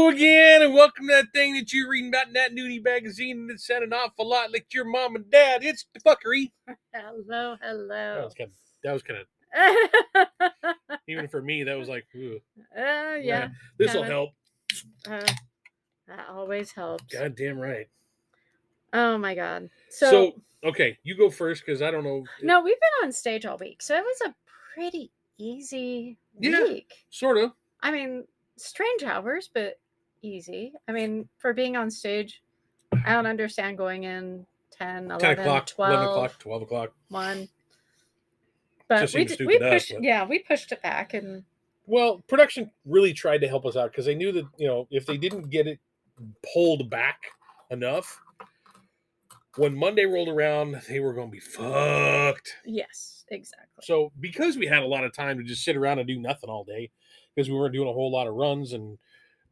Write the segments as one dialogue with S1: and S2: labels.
S1: and welcome to that thing that you're reading about in that nudie magazine, and it sounded an awful lot like your mom and dad. It's the fuckery.
S2: Hello,
S1: That
S2: hello.
S1: was kind of, that was kind of Oh.
S2: uh,
S1: even for me. That was like, ooh,
S2: Oh, yeah,
S1: this will
S2: Kinda.
S1: help.
S2: uh, that always helps.
S1: God damn right.
S2: Oh my god. So,
S1: So, okay, you go first because I don't know.
S2: no, we've been on stage all week, so it was a pretty easy
S1: Yeah.
S2: week.
S1: sort of.
S2: I mean, strange hours, but easy. I mean, for being on stage, I don't understand going in 10, 11,
S1: 10 o'clock,
S2: 12,
S1: 11 o'clock, 12 o'clock.
S2: 1. But
S1: Just
S2: we,
S1: seems
S2: did,
S1: stupid
S2: we
S1: to us,
S2: pushed,
S1: but-
S2: yeah, we pushed it back and
S1: Well, production really tried to help us out because they knew that, you know, if they didn't get it pulled back enough, when Monday rolled around, they were going to be fucked.
S2: yes, exactly.
S1: So because we had a lot of time to just sit around and do nothing all day, because we weren't doing a whole lot of runs and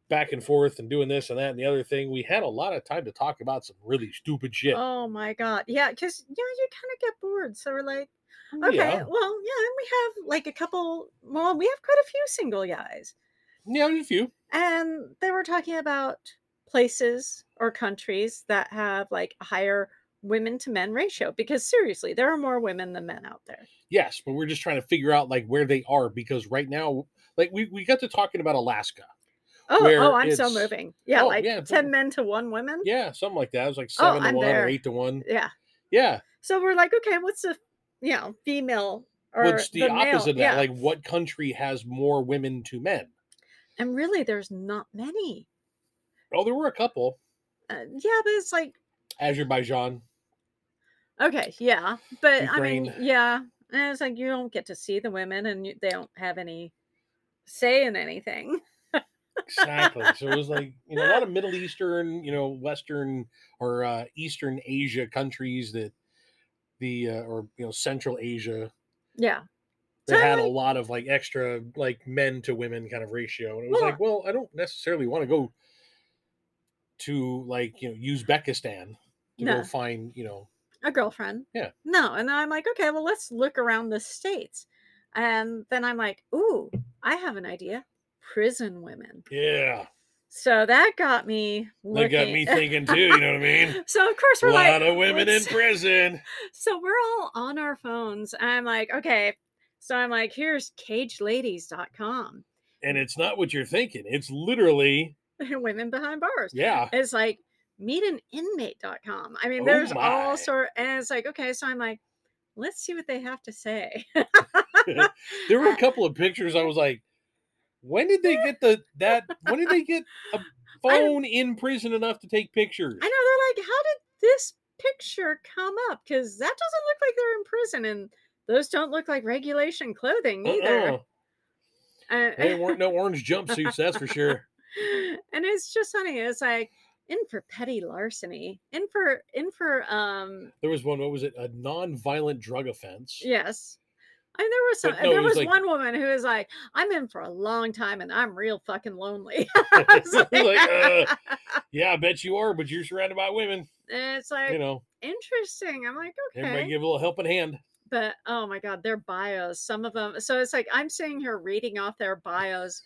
S1: back and forth and doing this and that and the other thing, we had a lot of time to talk about some really stupid shit.
S2: Oh my god. Yeah, because yeah, you kind of get bored. So we're like, okay,
S1: Oh, Yeah.
S2: well, yeah, and we have like a couple well, we have quite a few single guys.
S1: Yeah, a few.
S2: And they were talking about places or countries that have like a higher women to men ratio because seriously, there are more women than men out there.
S1: Yes, but we're just trying to figure out like where they are because right now, like we, we got to talking about Alaska.
S2: Oh,
S1: Where
S2: oh, I'm so
S1: it's-
S2: moving. Yeah,
S1: oh,
S2: like
S1: yeah, but-
S2: 10 men to 1 woman.
S1: Yeah, something like that. It was like
S2: Oh,
S1: seven to
S2: I'm
S1: one
S2: there.
S1: or eight to one.
S2: yeah.
S1: Yeah.
S2: So we're like, okay, what's the you know, female or
S1: What's the,
S2: male?
S1: opposite of that?
S2: Yeah.
S1: Like what country has more women to men?
S2: and really there's not many.
S1: Oh, there were a couple.
S2: Uh, yeah, but it's like
S1: Azerbaijan.
S2: Okay, yeah, but I mean,
S1: Ukraine.
S2: yeah, and it's like you don't get to see the women, and you, they don't have any say in anything.
S1: exactly. So it was like you know a lot of Middle Eastern, you know, Western or uh, Eastern Asia countries that the uh, or you know Central Asia
S2: Yeah,
S1: that had a
S2: Totally.
S1: lot of like extra like men to women kind of ratio, and it was
S2: Well-
S1: like, well, I don't necessarily want to go to like you know Uzbekistan to
S2: No.
S1: go find you know
S2: a girlfriend.
S1: Yeah.
S2: No, and then I'm like, okay, well, let's look around the states, and then I'm like, ooh, I have an idea: prison women.
S1: yeah.
S2: So that got me.
S1: That
S2: Looking.
S1: got me thinking too. You know what I mean?
S2: So of course
S1: A
S2: we're
S1: lot
S2: like
S1: of women in
S2: let's-
S1: prison.
S2: so we're all on our phones. I'm like, okay. So I'm like, here's cageladies.com.
S1: And it's not what you're thinking. It's literally,
S2: women behind bars.
S1: yeah.
S2: It's like meetaninmate.com. I mean,
S1: Oh
S2: there's
S1: my.
S2: all sort and it's like, okay, so I'm like, let's see what they have to say.
S1: there were a couple of pictures I was like, when did they get the that when did they get a phone in prison enough to take pictures?
S2: I know they're like, how did this picture come up? Because that doesn't look like they're in prison and those don't look like regulation clothing either.
S1: Uh-uh.
S2: Uh,
S1: They weren't no orange jumpsuits, that's for sure.
S2: and it's just funny. It's like in for petty larceny, in for in for um
S1: There was one, what was it? A non-violent drug offense.
S2: Yes. I mean, there was some.
S1: But no,
S2: there
S1: it was
S2: was
S1: like-
S2: one woman who was like, "I'm in for a long time, and I'm real fucking lonely." I was
S1: Like, "Uh,
S2: like-
S1: Yeah, I bet you are, but you're surrounded by women.
S2: And eh, it's like
S1: You know,
S2: interesting. I'm like,
S1: everybody
S2: okay,
S1: give a little helping hand.
S2: but oh my god, their bios. Some of them. So it's like I'm sitting here reading off their bios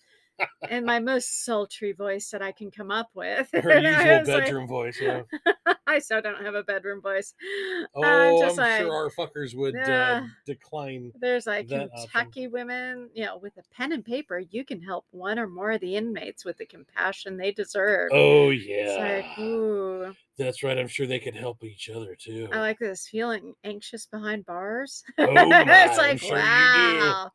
S2: in my most sultry voice that I can come up with.
S1: Her
S2: And I
S1: usual
S2: was like-
S1: bedroom voice. Yeah.
S2: I so don't have a bedroom voice.
S1: Oh, I'm,
S2: just like,
S1: sure our fuckers would uh,
S2: yeah.
S1: decline.
S2: There's like
S1: that uh, option.
S2: Kentucky women, you know, with a pen and paper, you can help one or more of the inmates with the compassion they deserve.
S1: Oh
S2: It's
S1: yeah.
S2: like, ooh,
S1: That's right. I'm sure they could help each other too.
S2: I like this feeling anxious behind bars.
S1: Oh my, I'm
S2: it's like,
S1: sure you do.
S2: wow.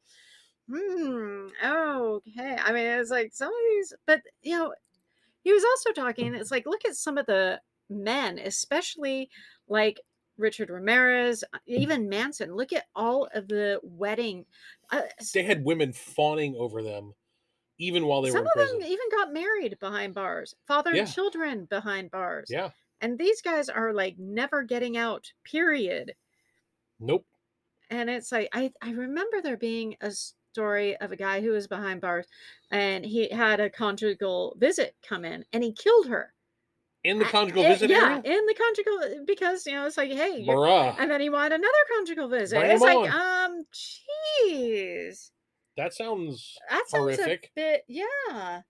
S2: Hmm. Okay. I mean, it's like some of these, but you know, he was also talking. It's like, look at some of the men, especially like Richard Ramirez,
S1: Mm.
S2: uh, even Manson. Look at all of the wedding. Uh,
S1: they had women fawning over them even while they
S2: Some
S1: were in
S2: of
S1: prison.
S2: them even got married behind bars, father
S1: Yeah.
S2: and children behind bars.
S1: Yeah.
S2: And these guys are like never getting out, period.
S1: Nope.
S2: And it's like, I, I remember there being a story of a guy who was behind bars and he had a conjugal visit come in and he killed her.
S1: In the
S2: Uh,
S1: conjugal
S2: eh,
S1: visit
S2: Yeah,
S1: area?
S2: in the conjugal, eh, because, you know, it's like, hey, you're-
S1: Bruh.
S2: and then he wanted another conjugal visit.
S1: Bring
S2: it's
S1: him
S2: like, um, jeez.
S1: that sounds
S2: That sounds
S1: Horrific. Mm.
S2: a bit, yeah.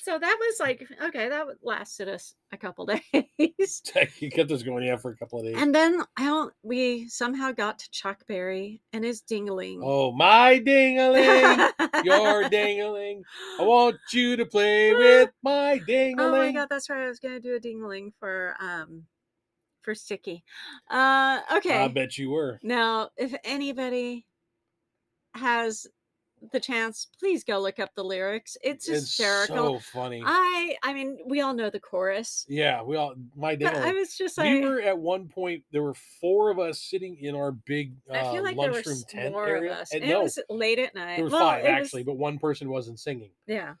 S2: So that was like okay, that lasted us a couple days.
S1: you kept this going, yeah, for a couple of days.
S2: And then I don't, we somehow got to Chuck Berry and his dingling.
S1: oh, my dingling, your dingling. I want you to play with my Oh, dingling.
S2: Oh my god, that's right. I was gonna do a dingling for um for Sticky. Uh okay.
S1: I bet you were.
S2: now, if anybody has the chance, please go look up the lyrics. It's hysterical.
S1: so funny.
S2: I I mean, we all know the chorus.
S1: yeah, we all my
S2: But I
S1: dingling.
S2: was just like
S1: we were at one point. There were four of us sitting in our big uh,
S2: I feel like there were
S1: lunchroom tent
S2: more
S1: area.
S2: of us.
S1: And
S2: And
S1: no,
S2: It was late at night.
S1: there were
S2: Well,
S1: five
S2: it was-
S1: actually, but one person wasn't singing.
S2: yeah.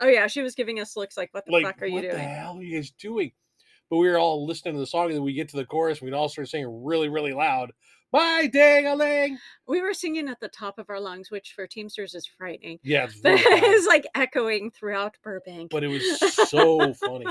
S2: Oh yeah, she was giving us looks like, "What the
S1: like,
S2: fuck are you
S1: what the
S2: doing?"
S1: hell are you guys doing? But we were all listening to the song, and then we get to the chorus, and we'd all start singing really, really loud, My dang-a-ling.
S2: We were singing at the top of our lungs, which for Teamsters is frightening.
S1: Yeah, it's
S2: But
S1: really loud,
S2: it's like echoing throughout Burbank.
S1: but it was so funny.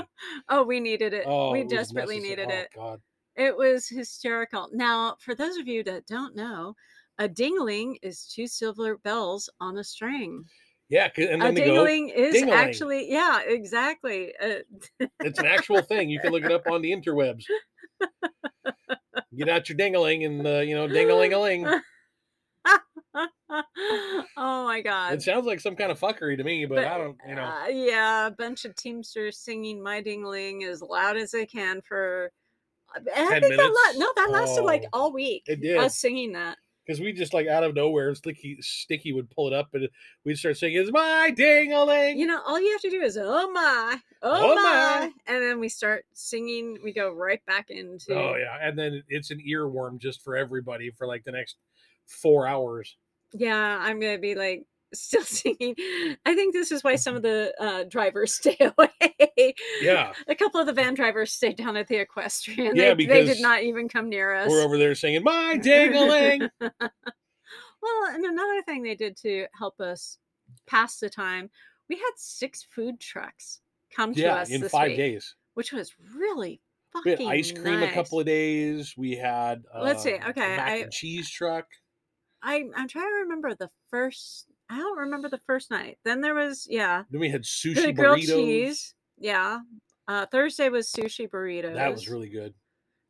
S2: oh, we needed it.
S1: Oh,
S2: we
S1: it was
S2: desperately
S1: necessary-
S2: needed
S1: oh,
S2: it.
S1: God,
S2: It was hysterical. Now, for those of you that don't know, a dingling is two silver bells on a string.
S1: yeah, 'cause- and
S2: Oh, a
S1: then they go.
S2: dingling is
S1: "Ding-a-ling."
S2: actually, yeah, exactly. Uh,
S1: It's an actual thing. You can look it up on the interwebs. Get out your ding-a-ling and uh, you know ding-a-ling-a-ling.
S2: oh my God.
S1: It sounds like some kind of fuckery to me, but, I don't, you know.
S2: uh, yeah, a bunch of Teamsters singing "My Dingling" as loud as they can for. uh, I think that
S1: minutes?
S2: la- no, that lasted like
S1: Oh,
S2: all week.
S1: it did.
S2: us singing that.
S1: because we just like out of nowhere, Sticky Sticky would pull it up and we'd start singing, "It's my ding-a-ling."
S2: You know, all you have to do is "Oh my, oh,
S1: Oh
S2: my.
S1: my.
S2: and then we start singing. We go right back into.
S1: Oh yeah, and then it's an earworm just for everybody for like the next four hours.
S2: Yeah, I'm gonna be like still singing. I think this is why some of the uh, drivers stay away.
S1: Mm-hmm. Yeah,
S2: a couple of the van drivers stayed down at the equestrian.
S1: Yeah,
S2: they, they did
S1: because
S2: not even come near us.
S1: we're over there singing "My ding-a-ling."
S2: Well, and another thing they did to help us pass the time, we had six food trucks come to
S1: yeah,
S2: us
S1: in
S2: this
S1: five
S2: week,
S1: days.
S2: which was really
S1: We
S2: fucking
S1: had ice cream a couple
S2: nice.
S1: of days. We had um,
S2: Let's see,
S1: a
S2: okay,
S1: mac
S2: I-
S1: and cheese truck.
S2: I I'm trying to remember the first. I don't remember the first night. Then there was yeah,
S1: Then we had sushi
S2: the grilled
S1: burritos.
S2: cheese. Yeah, uh, Thursday was sushi burritos.
S1: That was really good.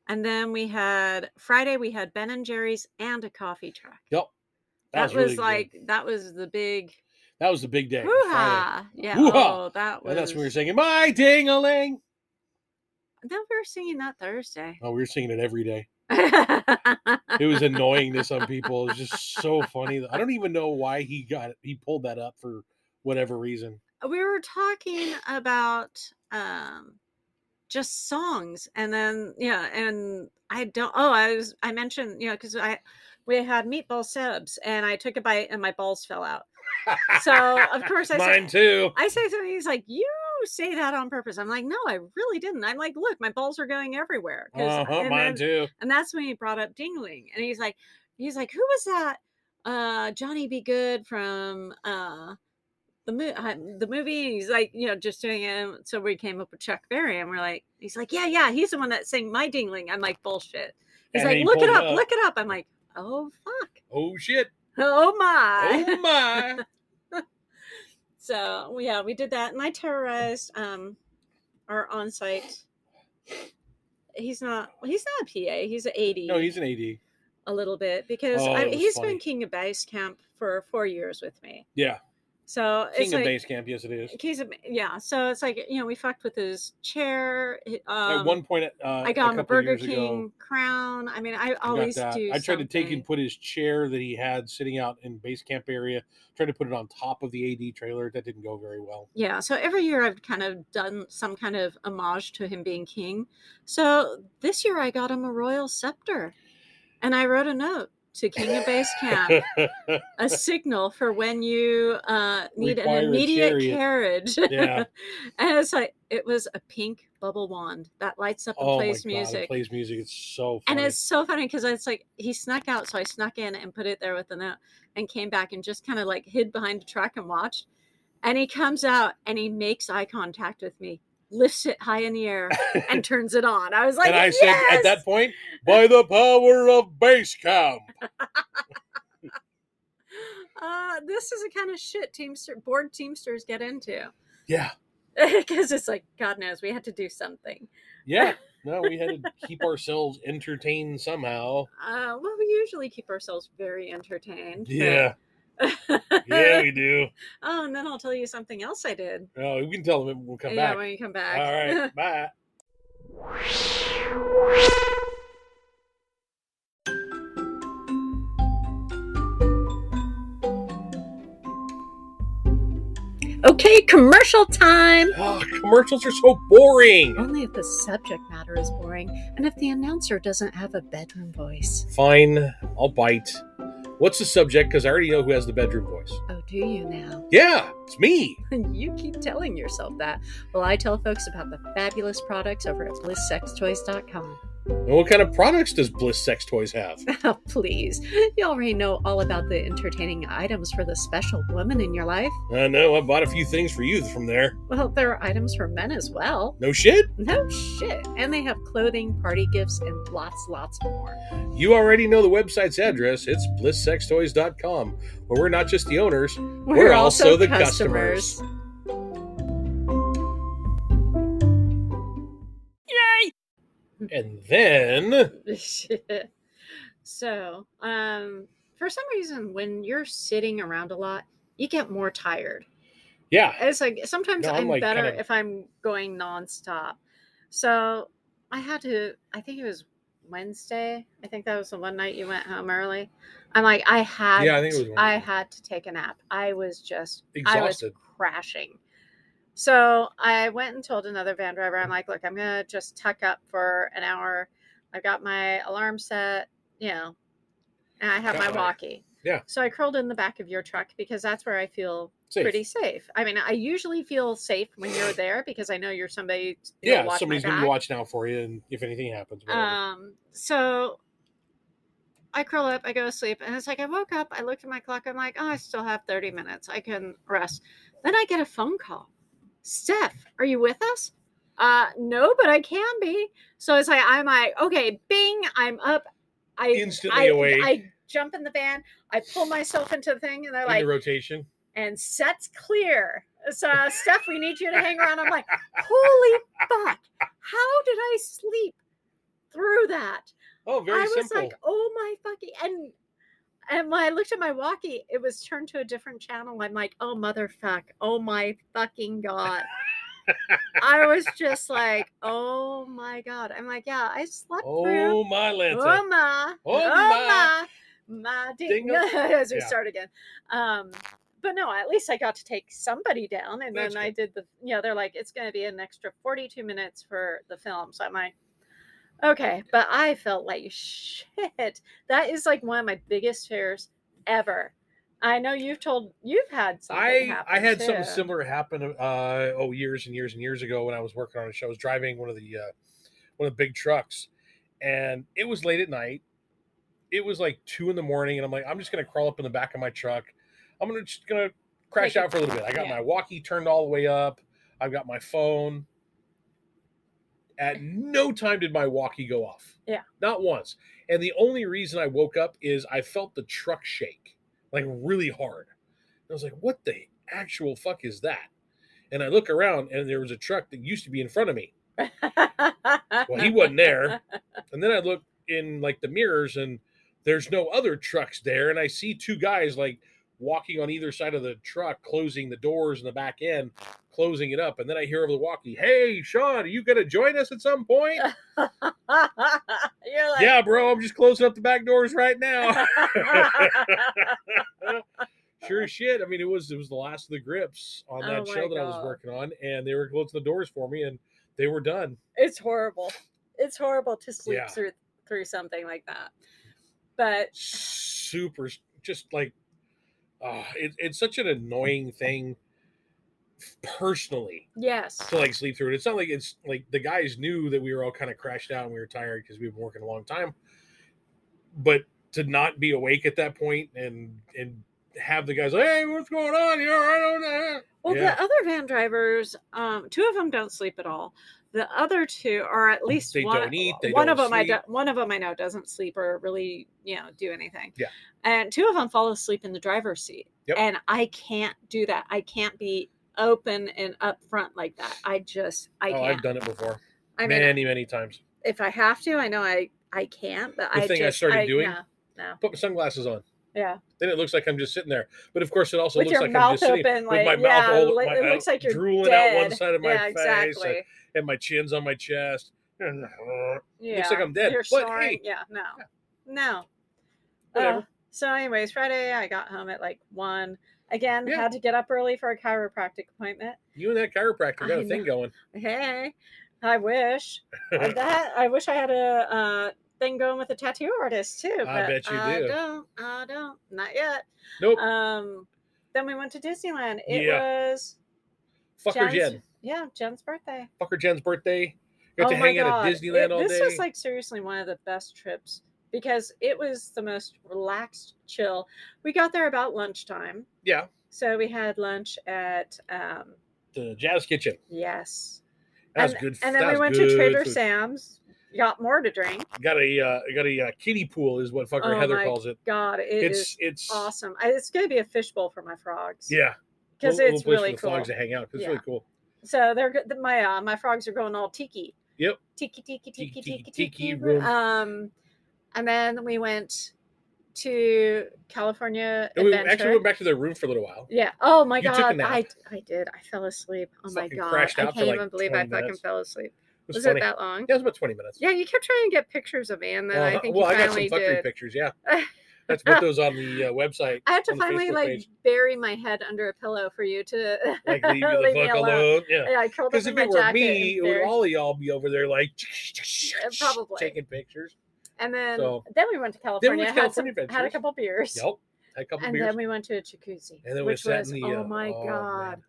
S2: And then we had Friday. We had Ben and Jerry's and a coffee truck.
S1: Yep, that,
S2: That,
S1: was,
S2: was,
S1: really good.
S2: like that was the big
S1: that was the big day.
S2: hoo
S1: Friday.
S2: ha. Yeah.
S1: Hoo-ha.
S2: Oh, that was.
S1: And that's when we were singing "My ding-a-ling."
S2: No, we were singing that Thursday.
S1: Oh, we were singing it every day. It
S2: it
S1: was annoying to some people. It's just so funny. I don't even know why he got it. He pulled that up for whatever reason.
S2: we were talking about um just songs and then yeah, and I don't oh I was I mentioned, you know, because I we had meatball subs and I took a bite and my balls fell out. So of course I
S1: mine
S2: said
S1: too.
S2: I say something, he's like, You say that on purpose. I'm like, No, I really didn't. I'm like, look, my balls are going everywhere. 'cause-
S1: Uh-huh,
S2: and
S1: mine
S2: then-
S1: too.
S2: And that's when he brought up Dingling. And he's like, he's like, who was that? Uh, Johnny Be Good from uh, the, mo- uh, the movie. And he's like, you know, just doing it. So we came up with Chuck Berry and we're like, he's like, yeah, yeah, he's the one that sang My Dingling. I'm like, bullshit. He's
S1: And
S2: like,
S1: then he
S2: look it
S1: pulled it
S2: up,
S1: up.
S2: look it up. I'm like, oh, fuck.
S1: Oh shit.
S2: Oh, my.
S1: Oh my.
S2: So yeah, we did that, and I terrorized um our on-site. He's not. He's not a PA. He's an eighty.
S1: No, he's an AD.
S2: a little bit because
S1: Oh,
S2: I,
S1: that was
S2: he's been
S1: funny.
S2: king of base camp for four years with me.
S1: Yeah.
S2: So
S1: King
S2: it's
S1: of
S2: like
S1: base camp, yes it is.
S2: he's a, yeah. So it's like you know we fucked with his chair. h- Um,
S1: At one point uh,
S2: I got him
S1: a couple
S2: a Burger
S1: years
S2: King
S1: ago,
S2: crown. I mean, I
S1: I got
S2: always do.
S1: that. I tried to take
S2: something.
S1: and put his chair that he had sitting out in base camp area, tried to put it on top of the AD trailer. That didn't go very well.
S2: Yeah, so every year I've kind of done some kind of homage to him being king. So this year I got him a royal scepter and I wrote a note to King of Base Camp, a signal for when you uh, need
S1: Require
S2: an
S1: a
S2: immediate
S1: chariot.
S2: carriage.
S1: Yeah.
S2: and it's like, it was a pink bubble wand that lights up and
S1: oh my
S2: plays
S1: god, it
S2: music.
S1: plays music. It's so funny.
S2: and it's so funny because it's like he snuck out, so I snuck in and put it there with the note and came back and just kind of like hid behind a truck and watched. And he comes out and he makes eye contact with me, lifts it high in the air, and turns it on. I was like,
S1: and I
S2: yes!
S1: said at that point, by the power of base camp.
S2: uh, this is the kind of shit Teamster board Teamsters get into.
S1: Yeah.
S2: because it's like God knows we had to do something.
S1: Yeah. No, we had to keep ourselves entertained somehow.
S2: Uh, well, we usually keep ourselves very entertained. but-
S1: Yeah. Yeah, we do.
S2: oh, and then I'll tell you something else I did.
S1: Oh, we can tell them when we come
S2: yeah,
S1: back.
S2: when you come
S1: All
S2: back.
S1: right. Bye.
S2: okay, commercial time.
S1: Ah, commercials are so boring.
S2: Only if the subject matter is boring and if the announcer doesn't have a bedroom voice.
S1: Fine. I'll bite. What's the subject? Because I already know who has the bedroom voice.
S2: Oh, do you now?
S1: Yeah, it's me.
S2: you keep telling yourself that while I tell folks about the fabulous products over at blisssextoys.com.
S1: And what kind of products does Bliss Sex Toys have?
S2: Oh, please. You already know all about the entertaining items for the special woman in your life.
S1: I know. I bought a few things for you from there.
S2: Well, there are items for men as well.
S1: No shit.
S2: No shit. And they have clothing, party gifts, and lots, lots more.
S1: You already know the website's address. It's blisssextoys.com. But we're not just the owners.
S2: We're,
S1: also the customers. And then
S2: customers. so, um, for some reason, when you're sitting around a lot, you get more tired.
S1: Yeah.
S2: It's like sometimes
S1: No, I'm,
S2: I'm,
S1: like,
S2: better
S1: kinda-
S2: if I'm going nonstop. So I had to. I think it was Wednesday. I think that was the one night you went home early. I'm like, I had.
S1: Yeah, I think it was
S2: to- I
S1: Wednesday.
S2: had to take a nap. I was just I
S1: Exhausted.
S2: was crashing. So I went and told another van driver, I'm like, look, I'm gonna just tuck up for an hour. I've got my alarm set, you know, and I have my
S1: God.
S2: walkie.
S1: Yeah.
S2: So I curled in the back of your truck because that's where I feel
S1: Safe.
S2: pretty safe. I mean, I usually feel safe when you're there because I know you're somebody. you know,
S1: yeah,
S2: watch my
S1: somebody's gonna be
S2: back.
S1: watching out for you, and if anything happens, whatever.
S2: Um, so I curl up, I go to sleep, and it's like I woke up, I looked at my clock, I'm like, oh, I still have 30 minutes. I can rest. Then I get a phone call. Steph, are you with us? Uh no, but I can be. So it's like I'm like, okay, bing, I'm up. I
S1: instantly
S2: I,
S1: away
S2: I jump in the van, I pull myself into the thing, and they're
S1: in
S2: like,
S1: the rotation.
S2: and set's clear. So uh, Steph, we need you to hang around. I'm like, holy fuck, how did I sleep through that?
S1: Oh, very
S2: I was
S1: simple.
S2: like, oh my fucking and and when I looked at my walkie, it was turned to a different channel. I'm like, oh motherfuck, oh my fucking god. I was just like, oh my god. I'm like, yeah, I slept through.
S1: oh my Lanta.
S2: Oh my,
S1: Oh,
S2: oh
S1: my.
S2: my, my ding.
S1: Dingle.
S2: As we
S1: Yeah.
S2: start again, um, but no, at least I got to take somebody down, and
S1: That's
S2: then I
S1: good.
S2: did the. You know, they're like, it's going to be an extra forty-two minutes for the film, so I'm like, okay, but I felt like shit. That is like one of my biggest fears ever. I know you've told you've had something.
S1: I
S2: happen
S1: I had
S2: too.
S1: something similar happen. Uh, oh, years and years and years ago when I was working on a show, I was driving one of the uh, one of the big trucks, and it was late at night. It was like two in the morning, and I'm like, I'm just gonna crawl up in the back of my truck. I'm gonna just gonna crash
S2: Take a-
S1: out for a little bit. I got
S2: yeah.
S1: my walkie turned all the way up. I've got my phone. At no time did my walkie go off.
S2: Yeah.
S1: Not once. And the only reason I woke up is I felt the truck shake like really hard. And I was like, what the actual fuck is that? And I look around and there was a truck that used to be in front of me. Well, he wasn't there. And then I look in like the mirrors and there's no other trucks there. And I see two guys like walking on either side of the truck, closing the doors in the back end, closing it up. And then I hear over the walkie, Hey, Sean, are you going to join us at some point?
S2: You're like,
S1: yeah, bro, I'm just closing up the back doors right now. sure as shit. I mean, it was it was the last of the grips on that
S2: Oh my
S1: show that I was
S2: God.
S1: working on, and they were closing the doors for me, and they were done.
S2: it's horrible. It's horrible to sleep
S1: Yeah.
S2: through through something like that. But
S1: Super, s- just like, ah, it, it's such an annoying thing personally
S2: yes,
S1: to like sleep through it. It's not like it's like the guys knew that we were all kind of crashed out and we were tired because we've been working a long time, but to not be awake at that point and and have the guys like, hey, what's going on? You all right on that?
S2: well,
S1: Yeah.
S2: the other van drivers, um, two of them don't sleep at all. The other two, or at least
S1: They
S2: one,
S1: don't eat, they
S2: one of
S1: don't
S2: them, I do,
S1: sleep.
S2: one of them I know doesn't sleep or really, you know, do anything.
S1: Yeah.
S2: and two of them fall asleep in the driver's seat,
S1: Yep.
S2: and I can't do that. I can't be open and upfront like that. I just I
S1: oh,
S2: can't.
S1: I've done it before
S2: I mean,
S1: many, many times.
S2: if I have to, I know I I can't. But
S1: The
S2: I
S1: thing I
S2: just,
S1: started doing-
S2: no, no,
S1: Put my sunglasses on.
S2: yeah,
S1: Then it looks like I'm just sitting there. But of course, it also
S2: with
S1: looks
S2: your
S1: like I'm
S2: mouth
S1: just sitting
S2: open,
S1: with
S2: like
S1: my
S2: yeah,
S1: mouth all
S2: like,
S1: my
S2: it
S1: mouth
S2: looks like you're
S1: drooling out
S2: dead.
S1: one side of my
S2: yeah,
S1: face
S2: exactly.
S1: and, and my chin's on my chest.
S2: yeah,
S1: like I'm dead,
S2: You're
S1: but
S2: snoring.
S1: hey.
S2: yeah, no, no.
S1: Whatever.
S2: so, anyways, Friday I got home at like one. Again,
S1: Yeah.
S2: had to get up early for a chiropractic appointment.
S1: You and that chiropractor got
S2: I
S1: a thing going.
S2: Hey, I wish Uh, that. I wish I had a uh, thing going with a tattoo artist too.
S1: I
S2: but
S1: bet you
S2: I
S1: do.
S2: don't. I don't. Not yet.
S1: Nope.
S2: Um, then we went to Disneyland. It was
S1: Fucker
S2: Jen's-
S1: Jen.
S2: Yeah, Jen's birthday.
S1: Fucker Jen's birthday. Got
S2: oh
S1: to
S2: my
S1: hang out
S2: God.
S1: at
S2: It-
S1: Disneyland all
S2: This
S1: day.
S2: was like seriously one of the best trips because it was the most relaxed, chill. We got there about lunchtime,
S1: yeah.
S2: so we had lunch at um,
S1: The Jazz Kitchen.
S2: yes,
S1: That was
S2: and,
S1: good.
S2: And
S1: that
S2: then we
S1: was
S2: went
S1: good
S2: to Trader
S1: food.
S2: Sam's, got more to drink.
S1: Got a uh, got a uh, kiddie pool is what fucker
S2: Oh
S1: Heather
S2: my
S1: calls it.
S2: God, it is
S1: It's it's
S2: awesome. I, it's going to be a fishbowl for my frogs.
S1: yeah.
S2: because
S1: little- little
S2: it's
S1: place
S2: really
S1: for the
S2: cool.
S1: frogs to hang out. It's
S2: Yeah.
S1: really cool.
S2: So they're go- th- my uh, my frogs are going all tiki.
S1: Yep.
S2: Tiki tiki tiki
S1: tiki,
S2: tiki
S1: tiki
S2: tiki.
S1: room.
S2: Um, and then we went to California
S1: And we
S2: Adventure.
S1: actually went back to their room for a little while.
S2: yeah. Oh my
S1: You took a
S2: god.
S1: nap.
S2: I I did. I fell asleep. Oh my
S1: Fucking
S2: god. I
S1: crashed out
S2: can't
S1: for, like,
S2: even believe I
S1: 20
S2: fucking
S1: minutes.
S2: fell asleep.
S1: It was,
S2: Was,
S1: funny.
S2: it that long?
S1: Yeah, it was about twenty minutes.
S2: Yeah, you kept trying to get pictures of me, and then I
S1: Uh-huh.
S2: think
S1: well, I
S2: you
S1: got some
S2: finally
S1: fuckery
S2: did.
S1: pictures. Yeah, that's put those on the uh, website.
S2: I have to
S1: on the
S2: finally
S1: Facebook
S2: like
S1: page.
S2: bury my head under a pillow for you to
S1: Like leave you the
S2: me
S1: fuck
S2: alone.
S1: alone. Yeah,
S2: Yeah, I curled up
S1: because
S2: in
S1: if
S2: my
S1: it were
S2: jacket
S1: me, it
S2: and
S1: would
S2: buried-
S1: all of y'all be over there like
S2: probably.
S1: taking pictures.
S2: And then
S1: So-
S2: then we went to
S1: Then we
S2: California.
S1: went to
S2: had, some,
S1: California
S2: had a
S1: Adventures.
S2: couple beers.
S1: Yep, had a couple
S2: And
S1: beers.
S2: then we went to a jacuzzi,
S1: And then we
S2: which
S1: sat in
S2: was
S1: the,
S2: oh
S1: uh,
S2: my
S1: oh, man.
S2: god,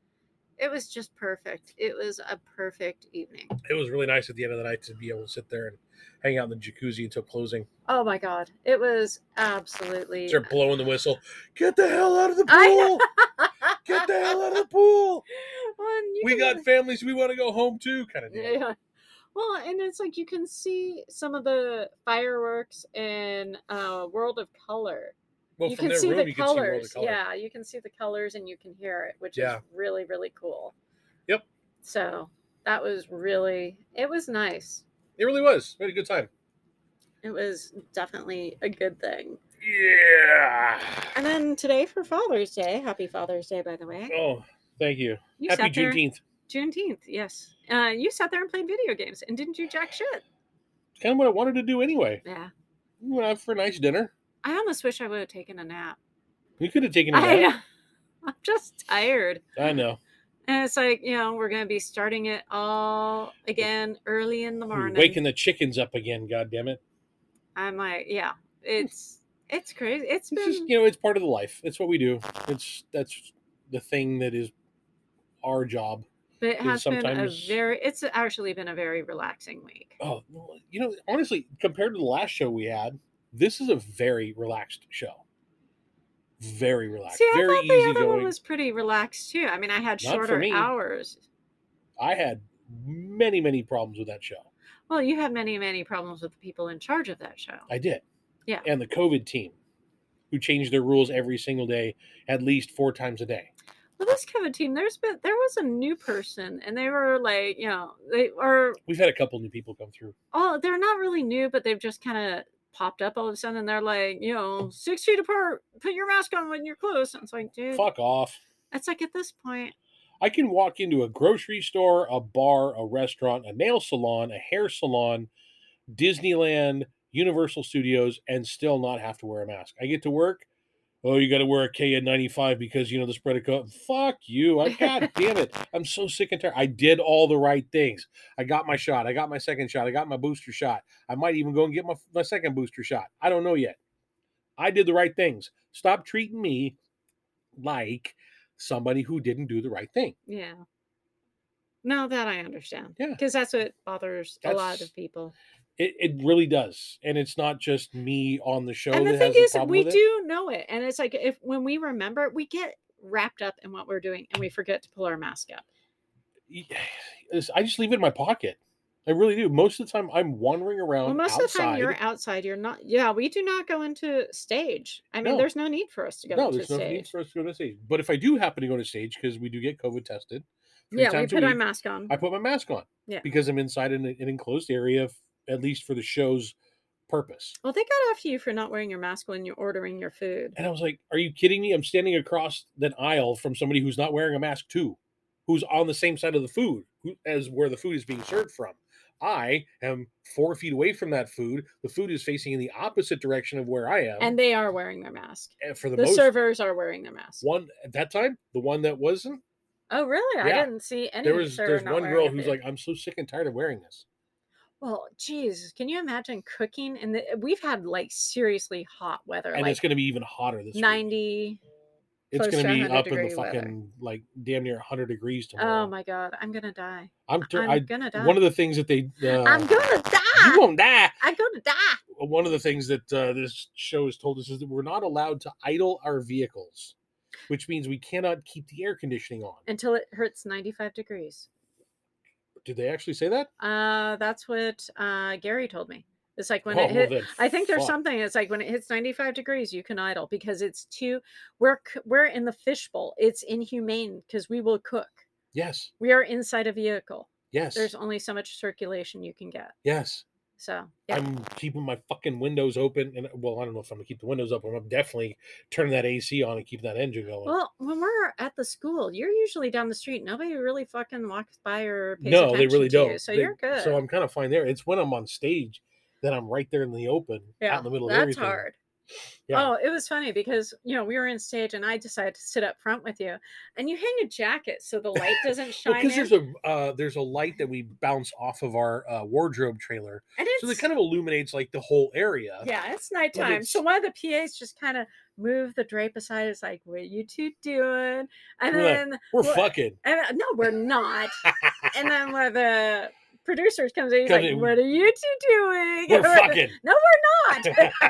S2: it was just perfect. It was a perfect evening.
S1: it was really nice at the end of the night to be able to sit there and hang out in the jacuzzi until closing.
S2: Oh my god, it was absolutely.
S1: Start blowing the whistle. Get the hell out of the
S2: I-
S1: pool! Get the hell out of the pool!
S2: Well, and you
S1: We
S2: can
S1: got
S2: really-
S1: families. We want to go home too, kind of deal.
S2: Yeah. Well, and it's like you can see some of the fireworks in uh, World of Color.
S1: Well,
S2: you
S1: from
S2: can
S1: their
S2: see
S1: room,
S2: the
S1: you can see more of
S2: colors.
S1: the color.
S2: Yeah, you can see the colors and you can hear it, which
S1: Yeah.
S2: is really really cool.
S1: Yep.
S2: So that was really it was nice.
S1: It really was. We had a good time.
S2: It was definitely a good thing.
S1: Yeah.
S2: And then today for Father's Day, Happy Father's Day, by the way.
S1: Oh, thank you.
S2: You
S1: Happy
S2: sat there,
S1: Juneteenth.
S2: Juneteenth, yes. Uh, you sat there and played video games and didn't do jack shit.
S1: It's kind of what I wanted to do anyway.
S2: Yeah.
S1: We went out for a nice dinner.
S2: I almost wish I would have taken a nap.
S1: We could have taken a
S2: I
S1: nap.
S2: know. I'm just tired.
S1: I know.
S2: And it's like, you know, we're going to be starting it all again early in the
S1: We're
S2: morning.
S1: Waking the chickens up again. God damn it.
S2: I'm like, yeah, it's it's crazy. It's
S1: Hmm. It's just
S2: been
S1: you know, it's part of the life. It's what we do. It's that's the thing that is our job.
S2: but it
S1: is
S2: has been a
S1: sometimes-
S2: very it's actually been a very relaxing week.
S1: Oh, you know, honestly, compared to the last show we had, this is a very relaxed show. Very relaxed.
S2: See, I
S1: very
S2: thought the
S1: easy
S2: other one
S1: going.
S2: was pretty relaxed too. I mean, I had
S1: Not for
S2: shorter
S1: me.
S2: hours.
S1: I had many, many problems with that show.
S2: Well, you had many, many problems with the people in charge of that show.
S1: I did.
S2: Yeah.
S1: And the COVID team, who changed their rules every single day, at least four times a day.
S2: Well, this COVID team, there's been there was a new person, and they were like, you know, they are
S1: We've had a couple new people come through.
S2: all they're not really new, but they've just kind of popped up all of a sudden. And they're like, you know, six feet apart, put your mask on when you're close. And it's like, dude,
S1: Fuck off.
S2: it's like at this point,
S1: I can walk into a grocery store, a bar, a restaurant, a nail salon, a hair salon, Disneyland, Universal Studios, and still not have to wear a mask. I get to work. Oh, you got to wear a KN95 because you know the spread of COVID. Fuck you! I god damn it! I'm so sick and tired. I did all the right things. I got my shot. I got my second shot. I got my booster shot. I might even go and get my my second booster shot. I don't know yet. I did the right things. Stop treating me like somebody who didn't do the right thing.
S2: yeah. No, that I understand.
S1: Yeah.
S2: Because that's what bothers a lot
S1: That's-
S2: of people.
S1: It, it really does, and it's not just me on the show.
S2: and the
S1: that
S2: thing
S1: has a
S2: is
S1: problem
S2: we
S1: with it.
S2: do know it and it's like if when we remember it, we get wrapped up in what we're doing and we forget to pull our mask up
S1: Y- is- I just leave it in my pocket. I really do. Most of the time, I'm wandering
S2: Well,
S1: around
S2: most of the time
S1: Oh, outside.
S2: you're outside. You're not. Yeah, we do not go into stage. I mean,
S1: No.
S2: there's no need for us to go
S1: no,
S2: into
S1: there's no need
S2: stage.
S1: for us to go to stage. But if I do happen to go to stage, because we do get COVID tested, three
S2: Yeah, we
S1: times a
S2: put our
S1: week,
S2: mask on.
S1: I put my mask on.
S2: Yeah.
S1: Because I'm inside in a- an enclosed area, f- at least for the show's purpose.
S2: Well, they got after you for not wearing your mask when you're ordering your food.
S1: And I was like, "Are you kidding me? I'm standing across an aisle from somebody who's not wearing a mask too, who's on the same side of the food who- as where the food is being served from. I am four feet away from that food. The food is facing in the opposite direction of where I am.
S2: And they are wearing their mask.
S1: And for the,
S2: The,
S1: most
S2: servers are wearing their mask.
S1: one at that time, the one that wasn't,
S2: Oh, really?
S1: Yeah.
S2: I didn't see any.
S1: there was
S2: server
S1: there's
S2: not
S1: one
S2: wearing
S1: girl
S2: their
S1: who's
S2: food.
S1: like, "I'm so sick and tired of wearing this."
S2: Well, geez, can you imagine cooking? And the, we've had like seriously hot weather,
S1: And
S2: like
S1: it's going to be even hotter this week.
S2: 90.
S1: It's
S2: close
S1: going
S2: to
S1: to be
S2: 100
S1: up in the
S2: degree weather.
S1: fucking like damn near 100 degrees tomorrow.
S2: Oh my God, I'm gonna die.
S1: I'm, tur-
S2: I'm
S1: I-
S2: gonna die.
S1: one of the things that they uh,
S2: I'm gonna
S1: you
S2: die.
S1: won't die.
S2: I'm gonna die.
S1: one of the things that uh, this show has told us is that we're not allowed to idle our vehicles, which means we cannot keep the air conditioning on.
S2: Until it hurts 95 degrees.
S1: Did they actually say that?
S2: Uh, that's what uh, Gary told me. It's like when
S1: Oh,
S2: it
S1: well
S2: hit.
S1: then,
S2: I think there's
S1: fuck.
S2: something. It's like when it hits 95 degrees, you can idle because it's too. We're c- we're in the fishbowl. It's inhumane because we will cook.
S1: Yes,
S2: We are inside a vehicle.
S1: yes,
S2: There's only so much circulation you can get.
S1: yes.
S2: So yeah.
S1: I'm keeping my fucking windows open, and well, I don't know if I'm gonna keep the windows open. I'm definitely turning that AC on and keeping that engine going.
S2: Well, when we're at the school, you're usually down the street. Nobody really fucking walks by or pays
S1: no, they
S2: attention
S1: really
S2: to you,
S1: don't.
S2: so
S1: They-
S2: you're good.
S1: So I'm kind of fine there. It's when I'm on stage that I'm right there in the open, out in the middle of
S2: that's
S1: everything.
S2: hard.
S1: Yeah.
S2: Oh, it was funny because you know we were in stage and I decided to sit up front with you, and you hang a jacket so the light doesn't shine.
S1: Because
S2: in.
S1: there's a uh, there's a light that we bounce off of our uh, wardrobe trailer,
S2: and it's
S1: so it kind of illuminates like the whole area.
S2: yeah, it's nighttime. So
S1: it's-
S2: one of the PAs just kind of moved the drape aside. It's like, what you two doing? And
S1: We're like,
S2: then
S1: we're
S2: Well,
S1: fucking.
S2: and uh, no, we're not. and then one of the producers comes in. He's
S1: Comes
S2: like,
S1: in,
S2: what are you two doing?
S1: We're
S2: And we're
S1: fucking.
S2: No, we're not.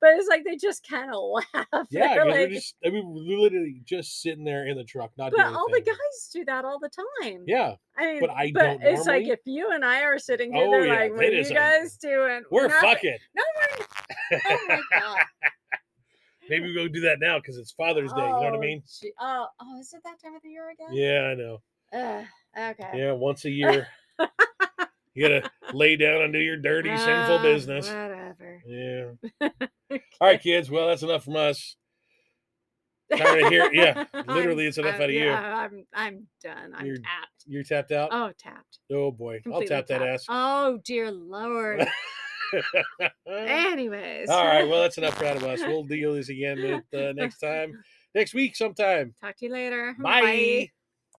S2: but it's like they just kind of laugh.
S1: yeah,
S2: They're
S1: 'cause we're
S2: like-
S1: just. I mean, we're literally just sitting there in the truck, not
S2: but
S1: doing
S2: all the
S1: anything.
S2: guys do that all the time.
S1: Yeah,
S2: I mean,
S1: but I don't
S2: it's like
S1: normally.
S2: if you and I are sitting here,
S1: Oh,
S2: they're
S1: yeah,
S2: like, "What
S1: that
S2: are you
S1: is a-
S2: guys doing?"
S1: we're
S2: Nothing."
S1: fucking.
S2: No, we're. Oh my god.
S1: Maybe we go do that now because it's Father's Day. You know what I
S2: Oh,
S1: mean?
S2: gee- Oh, oh, is it that time of the year again?
S1: Yeah, I know.
S2: Ugh, okay.
S1: Yeah, once a year, you gotta lay down and do your dirty, sinful
S2: Ah,
S1: business.
S2: Whatever.
S1: Yeah. All right, kids. Well, that's enough from us. Tired of hear- yeah, literally, it's enough
S2: I'm-
S1: out of you.
S2: yeah, I'm, I'm done. I'm
S1: You're-
S2: tapped.
S1: You're tapped out.
S2: Oh, tapped.
S1: Oh boy, I'll
S2: Completely
S1: tap that
S2: tapped.
S1: ass.
S2: Oh dear lord. Eh.
S1: All
S2: Anyways.
S1: right, well that's enough out of us. We'll deal this again with uh, next time, next week sometime.
S2: Talk to you later.
S1: Bye.